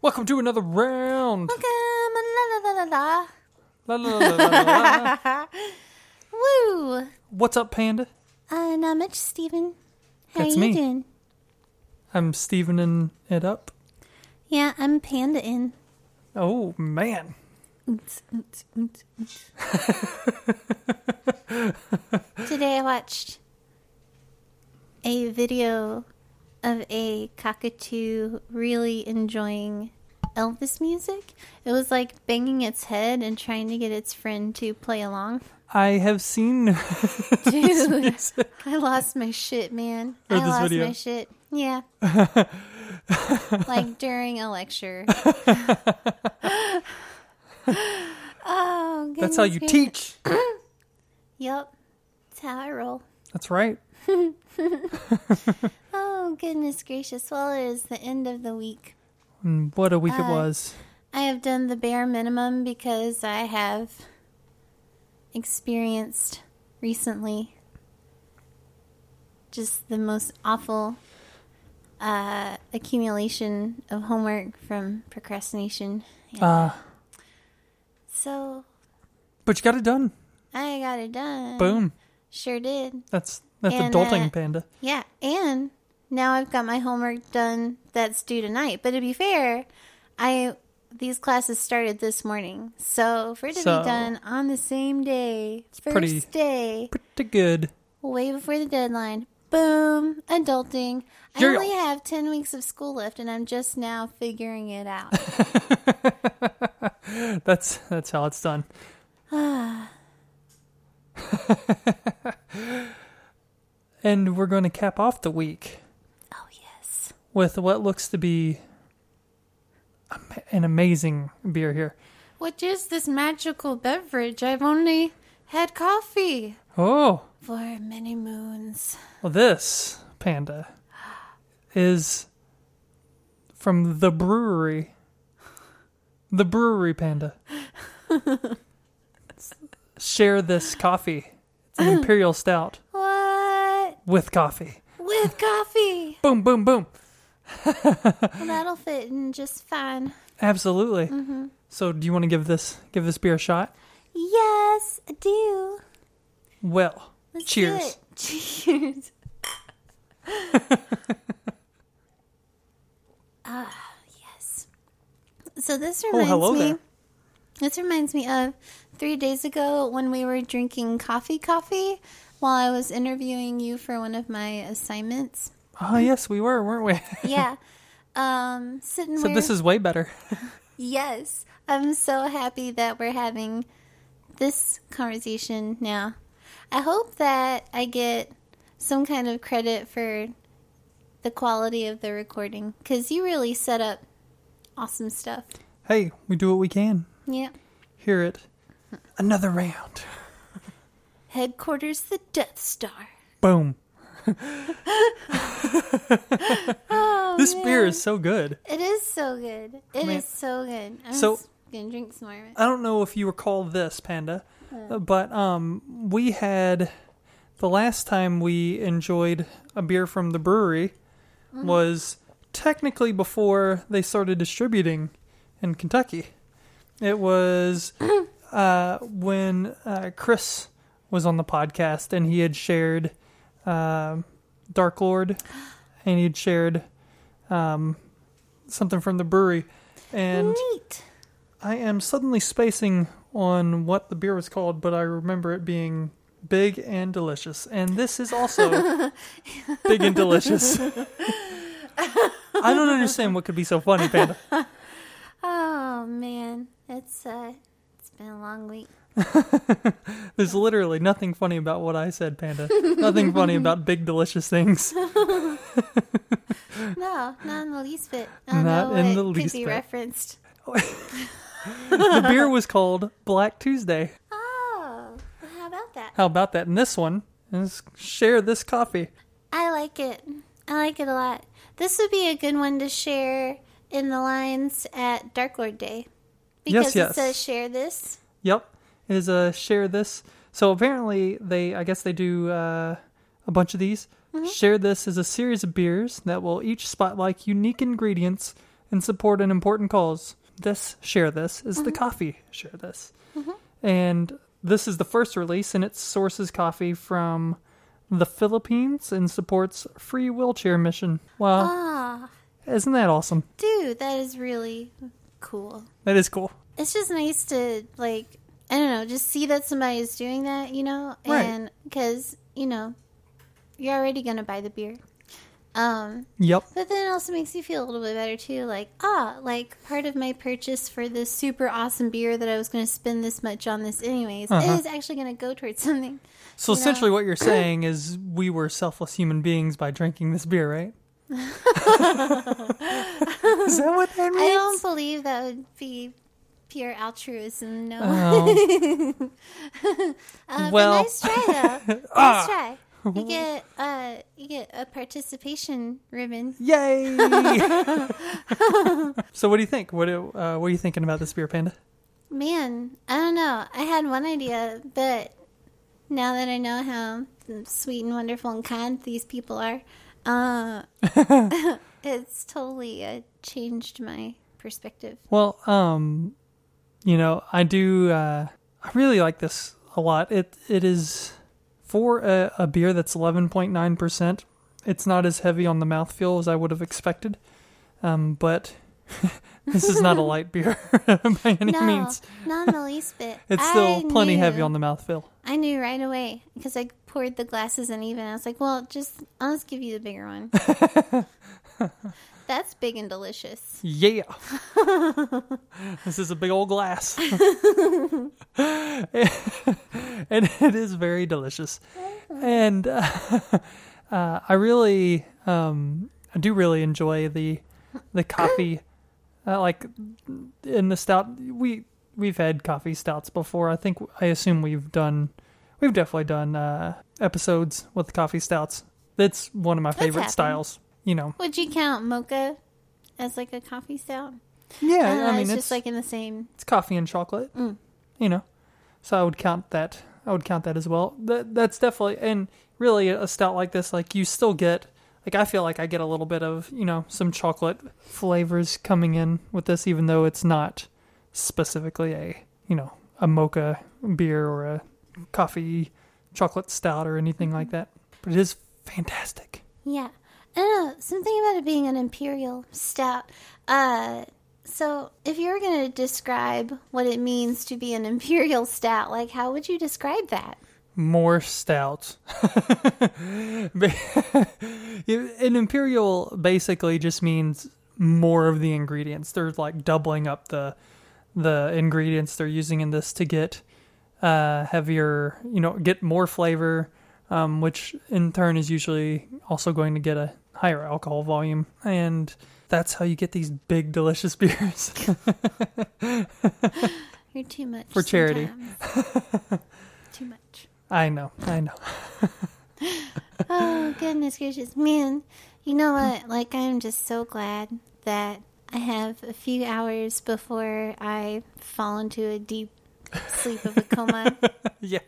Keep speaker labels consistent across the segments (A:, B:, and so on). A: Welcome to another round.
B: Welcome, la la la la.
A: La, la, la, la, la, la.
B: Woo!
A: What's up, Panda?
B: Uh, not much, Steven. How
A: That's
B: you
A: me.
B: doing?
A: I'm Stevening it up.
B: Yeah, I'm panda in.
A: Oh man,
B: Today I watched a video of a cockatoo really enjoying Elvis music. It was like banging its head and trying to get its friend to play along.
A: I have seen.
B: Dude, I lost my shit, man.
A: Or
B: I
A: this
B: lost
A: video.
B: my shit. Yeah. like during a lecture. oh, goodness
A: That's how you
B: gracious.
A: teach.
B: Yep. That's how I roll.
A: That's right.
B: Oh, goodness gracious. Well, it is the end of the week.
A: And what a week it
B: Uh,
A: was.
B: I have done the bare minimum because I have experienced recently just the most awful uh, accumulation of homework from procrastination. Yeah.
A: Uh,
B: so
A: but you got it done.
B: I got it done.
A: Boom.
B: Sure did.
A: That's that's
B: Mm. And,
A: adulting,
B: uh,
A: Panda.
B: Yeah. And now I've got my homework done that's due tonight. But to be fair, I. These classes started this morning, so for it to
A: So-
B: be done on the same day, first
A: pretty-
B: day,
A: Pretty good.
B: way before the deadline. Boom, adulting. I
A: Yeah.
B: only have 10 weeks of school left and I'm just now figuring it out.
A: That's that's how it's done. and we're going to cap off the week
B: oh, yes.
A: with what looks to be am- an amazing beer here.
B: What is this magical beverage? I've only had coffee
A: Oh,
B: for many moons.
A: well, this panda is from the brewery. The brewery panda. Share this coffee. It's an imperial stout
B: What?
A: with coffee.
B: With coffee.
A: Boom, boom, boom.
B: Well, that'll fit in just fine.
A: Absolutely.
B: Mm-hmm.
A: So, do you want to give this give this beer a shot?
B: Yes, I do.
A: Well,
B: Let's do
A: cheers.
B: it. Cheers. ah, yes. So this reminds
A: Oh, hello
B: me.
A: there.
B: This reminds me of three days ago when we were drinking coffee, coffee, while I was interviewing you for one of my assignments.
A: Ah,
B: Mm-hmm.
A: yes, we were, weren't we?
B: Yeah. Um, sitting.
A: so
B: where-
A: this is way better.
B: Yes. I'm so happy that we're having this conversation now. I hope that I get some kind of credit for the quality of the recording because you really set up awesome stuff.
A: hey, we do what we can.
B: Yeah.
A: Hear it. Another round.
B: Headquarters, the Death Star.
A: Boom.
B: Oh,
A: this beer is so good.
B: It is so good. It is
A: Man.
B: so good. I'm
A: So-
B: just gonna drink some more of it.
A: I don't know if you recall this, Panda, but um, we had the last time we enjoyed a beer from the brewery was technically before they started distributing in Kentucky. It was uh, when uh, Chris was on the podcast and he had shared um Dark Lord and he had shared um, something from the brewery. And
B: Neat.
A: I am suddenly spacing on what the beer was called, but I remember it being big and delicious. And this is also big and delicious. I don't understand what could be so funny, Panda.
B: Oh man, it's uh, it's been a long week.
A: There's literally nothing funny about what I said, Panda. Nothing funny about big delicious things.
B: No, not in the least bit. I don't
A: Not
B: know
A: in
B: what
A: the
B: could
A: least
B: be
A: bit.
B: referenced.
A: The beer was called Black Tuesday.
B: Oh, well, how about that?
A: How about that? And this one is share this coffee.
B: I like it. I like it a lot. This would be a good one to share in the lines at Dark Lord Day. Because
A: yes.
B: it says share this.
A: Yep, is uh share this. So apparently they, I guess they do uh, a bunch of these. Share this is a series of beers that will each spotlight unique ingredients and support an important cause. This share this is the coffee share this, and this is the first release, and it sources coffee from the Philippines and supports free wheelchair mission. Wow,
B: Ah,
A: isn't that awesome?
B: dude, that is really cool.
A: That is cool.
B: It's just nice to like I don't know, just see that somebody is doing that, you know,
A: Right.
B: and because you know you're already gonna buy the beer. Um,
A: Yep.
B: but then it also makes you feel a little bit better too, like ah, like part of my purchase for this super awesome beer that I was gonna spend this much on this anyways
A: Uh-huh.
B: is actually gonna go towards something.
A: So
B: You know-
A: essentially, what you're saying is we were selfless human beings by drinking this beer, right? is that what that
B: I
A: means?
B: don't believe that would be pure altruism. No.
A: Oh,
B: Uh,
A: Well- Ah.
B: but nice try though. nice try. You get uh, you get a participation ribbon.
A: yay! so, what do you think? What do, uh, what are you thinking about this beer, Panda?
B: Man, I don't know. I had one idea, but now that I know how sweet and wonderful and kind these people are, uh, it's totally uh, changed my perspective.
A: Well, um, you know, I do. Uh, I really like this a lot. It it is for a, a beer that's eleven point nine percent. It's not as heavy on the mouthfeel as I would have expected, um, but this is not a light beer by any
B: no,
A: means.
B: not in the least bit.
A: It's still
B: I
A: plenty heavy
B: knew-
A: on the mouthfeel.
B: I knew right away because I poured the glasses uneven. I was like, "Well, just I'll just give you the bigger one." That's big and delicious.
A: Yeah. this is a big old glass. and it is very delicious. And uh, uh, I really, um, I do really enjoy the the coffee. Uh, like in the stout, we we've had coffee stouts before. I think I assume we've done, we've definitely done uh, episodes with coffee stouts. That's one of my favorite
B: happened. Uh,
A: styles. You know,
B: Would you count mocha as like a coffee stout?
A: yeah. I
B: Uh,
A: mean,
B: it's, just like in the same.
A: it's coffee and chocolate. You know, so I would count that. I would count that as well. That that's definitely and really a stout like this, like you still get like I feel like I get a little bit of you know some chocolate flavors coming in with this, even though it's not specifically a you know a mocha beer or a coffee chocolate stout or anything like that. But it is fantastic.
B: Yeah, I don't know something about it being an imperial stout. Uh, so if you were going to describe what it means to be an imperial stout, like how would you describe that?
A: more stout. An imperial basically just means more of the ingredients. They're like doubling up the the ingredients they're using in this to get uh, heavier, you know, get more flavor, um, which in turn is usually also going to get a higher alcohol volume, and that's how you get these big delicious beers.
B: You're too much
A: For charity.
B: sometimes. too much.
A: I know, I know.
B: Oh, goodness gracious. Man, you know what? Like, I'm just so glad that I have a few hours before I fall into a deep sleep of a coma.
A: yeah,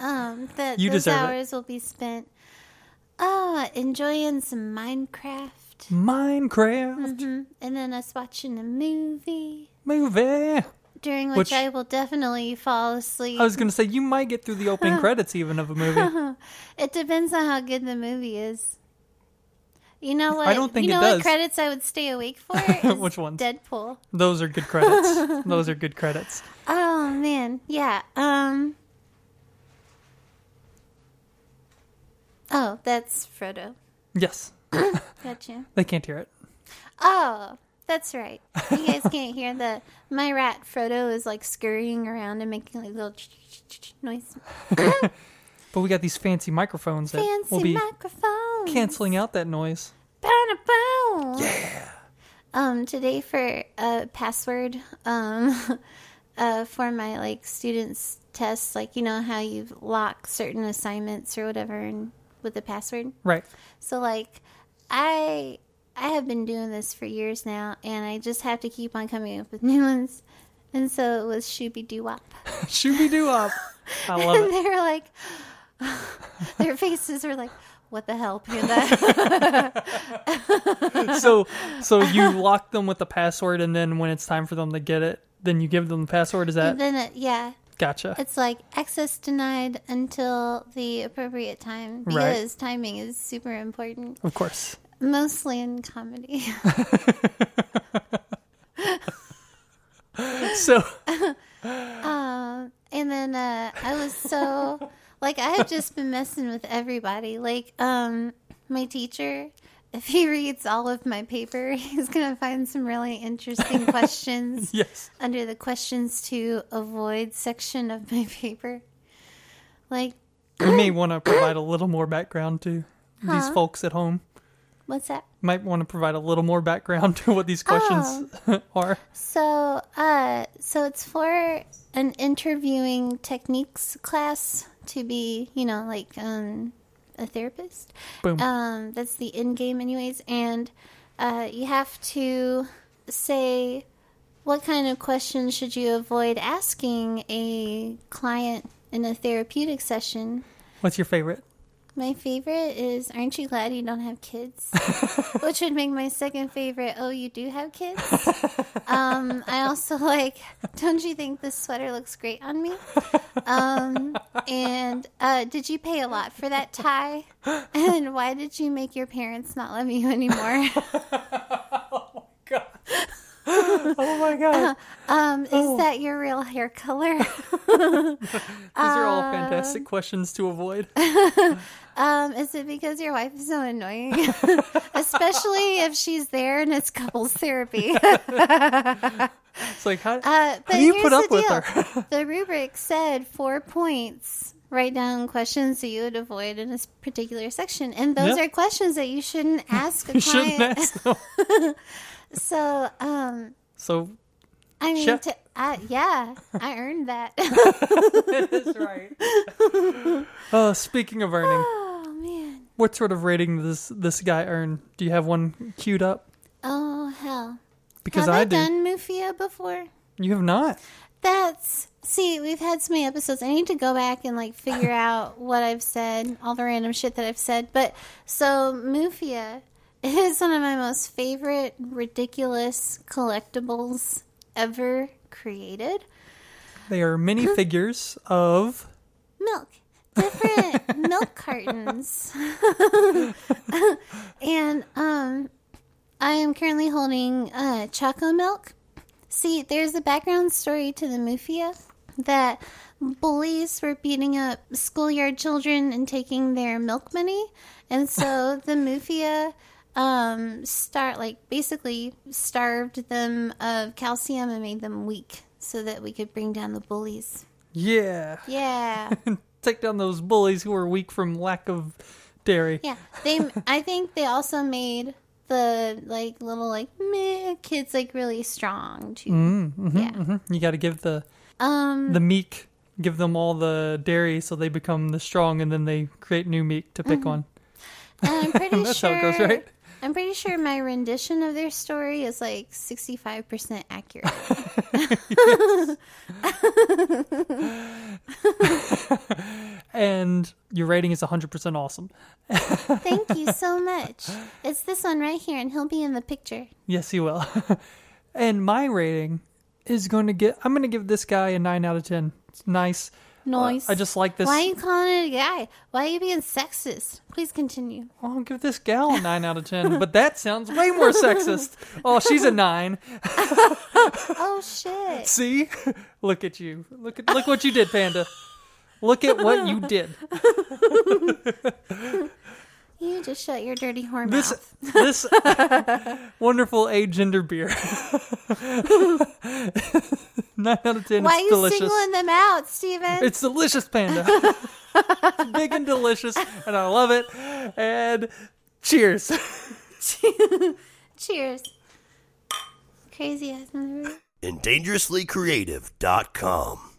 B: um, that
A: You
B: those
A: deserve it.
B: hours will be spent uh, enjoying some Minecraft
A: Minecraft
B: Mhm. and then us watching a movie.
A: movie.
B: During which,
A: Which-
B: I will definitely fall asleep.
A: I was going to say you might get through the opening credits even of a movie.
B: It depends on how good the movie is. You know what?
A: I don't think
B: you
A: it
B: know
A: does.
B: what credits I would stay awake for? Is
A: Which ones?
B: Deadpool.
A: Those are good credits. Those are good credits.
B: Oh man, yeah. Um. Oh, that's Frodo.
A: Yes,
B: Gotcha.
A: they can't hear it.
B: Oh, that's right. You guys can't hear the my rat Frodo is like scurrying around and making like little noise.
A: But we got these fancy microphones that
B: Fancy
A: will be
B: microphone.
A: canceling out that noise.
B: Yeah. Um, today for uh, password, um, uh, for my like students' tests, like you know how you lock certain assignments or whatever, and with a password.
A: Right.
B: So like, I I have been doing this for years now, and I just have to keep on coming up with new ones. And so it was Shooby Doo Wop,
A: Shooby doo up. I love
B: and
A: it.
B: they were like, their faces were like, What the hell, Panda?
A: so so you lock them with the password and then when it's time for them to get it then you give them the password is that
B: then it, yeah,
A: gotcha
B: Mm-hmm. it's like access denied until the appropriate time
A: Right.
B: because timing is super important,
A: of course
B: mostly in comedy.
A: so
B: Um, and then uh, I was so like I have just been messing with everybody. Like um, my teacher, if he reads all of my paper, he's gonna find some really interesting questions
A: yes
B: under the questions to avoid section of my paper. Like
A: you may want to provide a little more background to these folks at home
B: what's that?
A: might want to provide a little more background to what these questions
B: Oh.
A: are
B: So, uh, so it's for an interviewing techniques class to be, you know, like um, a therapist.
A: boom
B: Um, that's the end game, anyways. And uh, you have to say what kind of questions should you avoid asking a client in a therapeutic session.
A: what's your favorite
B: My favorite is "Aren't you glad you don't have kids?" which would make my second favorite "Oh, you do have kids." um, I also like "Don't you think this sweater looks great on me?" Um, and uh, "Did you pay a lot for that tie?" And "Why did you make your parents not love you anymore?"
A: god oh my god
B: Um, is that your real hair color?
A: these are all fantastic questions to avoid
B: Um, is it because your wife is so annoying? Especially if she's there and it's couples therapy.
A: it's like how,
B: Uh,
A: how
B: but
A: do you
B: here's
A: put up
B: the
A: with
B: deal.
A: her
B: the rubric said four points. Write down questions that you would avoid in this particular section, and those
A: Yeah.
B: are questions that you shouldn't ask a
A: you shouldn't
B: client.
A: ask them
B: So, um,
A: so
B: I mean,
A: Chef.
B: to, I, yeah, I earned that.
A: That's right. uh, speaking of earning,
B: oh man!
A: what sort of rating does this guy earn? Do you have one queued up?
B: Oh hell!
A: Because
B: Have
A: I,
B: I,
A: do.
B: done Mufia before?
A: You have not.
B: That's see, we've had so many episodes. I need to go back and like figure out what I've said, all the random shit that I've said. But so Mufia is one of my most favorite ridiculous collectibles ever created.
A: They are mini figures of.
B: Milk. Different milk cartons. and um I am currently holding uh Choco Milk. See, there's a background story to the Mufia that bullies were beating up schoolyard children and taking their milk money. And so the Mufia um, start like basically starved them of calcium and made them weak so that we could bring down the bullies.
A: Yeah.
B: Yeah.
A: Take down those bullies who are weak from lack of dairy.
B: Yeah, they. I think they also made the like little like meh kids like really strong too. yeah.
A: Mhm. You got to give the,
B: Um.
A: the meek, give them all the dairy so they become the strong and then they create new meat to
B: Mm-hmm.
A: pick on.
B: And I'm pretty
A: mm-hmm. That's
B: sure.
A: how it goes, right?
B: I'm pretty sure my rendition of their story is like 65% accurate.
A: And your rating is 100% awesome.
B: Thank you so much. It's this one right here, and he'll be in the picture.
A: Yes, he will. and my rating is going to get. I'm going to give this guy a nine out of ten. It's nice. Uh,
B: Nice.
A: I just like this.
B: Why are you calling it a guy? Why are you being sexist? Please continue.
A: Oh, I'll give this gal a nine out of ten. but that sounds way more sexist. Oh, she's a nine.
B: Oh shit.
A: See, look at you. Look at look what you did, Panda. Look at what you did.
B: You just shut your dirty whore
A: This
B: mouth.
A: this wonderful agender beer. nine out of ten.
B: Why are
A: it's
B: you
A: delicious.
B: singling them out, Steven?
A: It's delicious, Panda. It's big and delicious, and I love it. And cheers.
B: Cheers. Crazy ass mother.
C: and dangerouslycreative.com.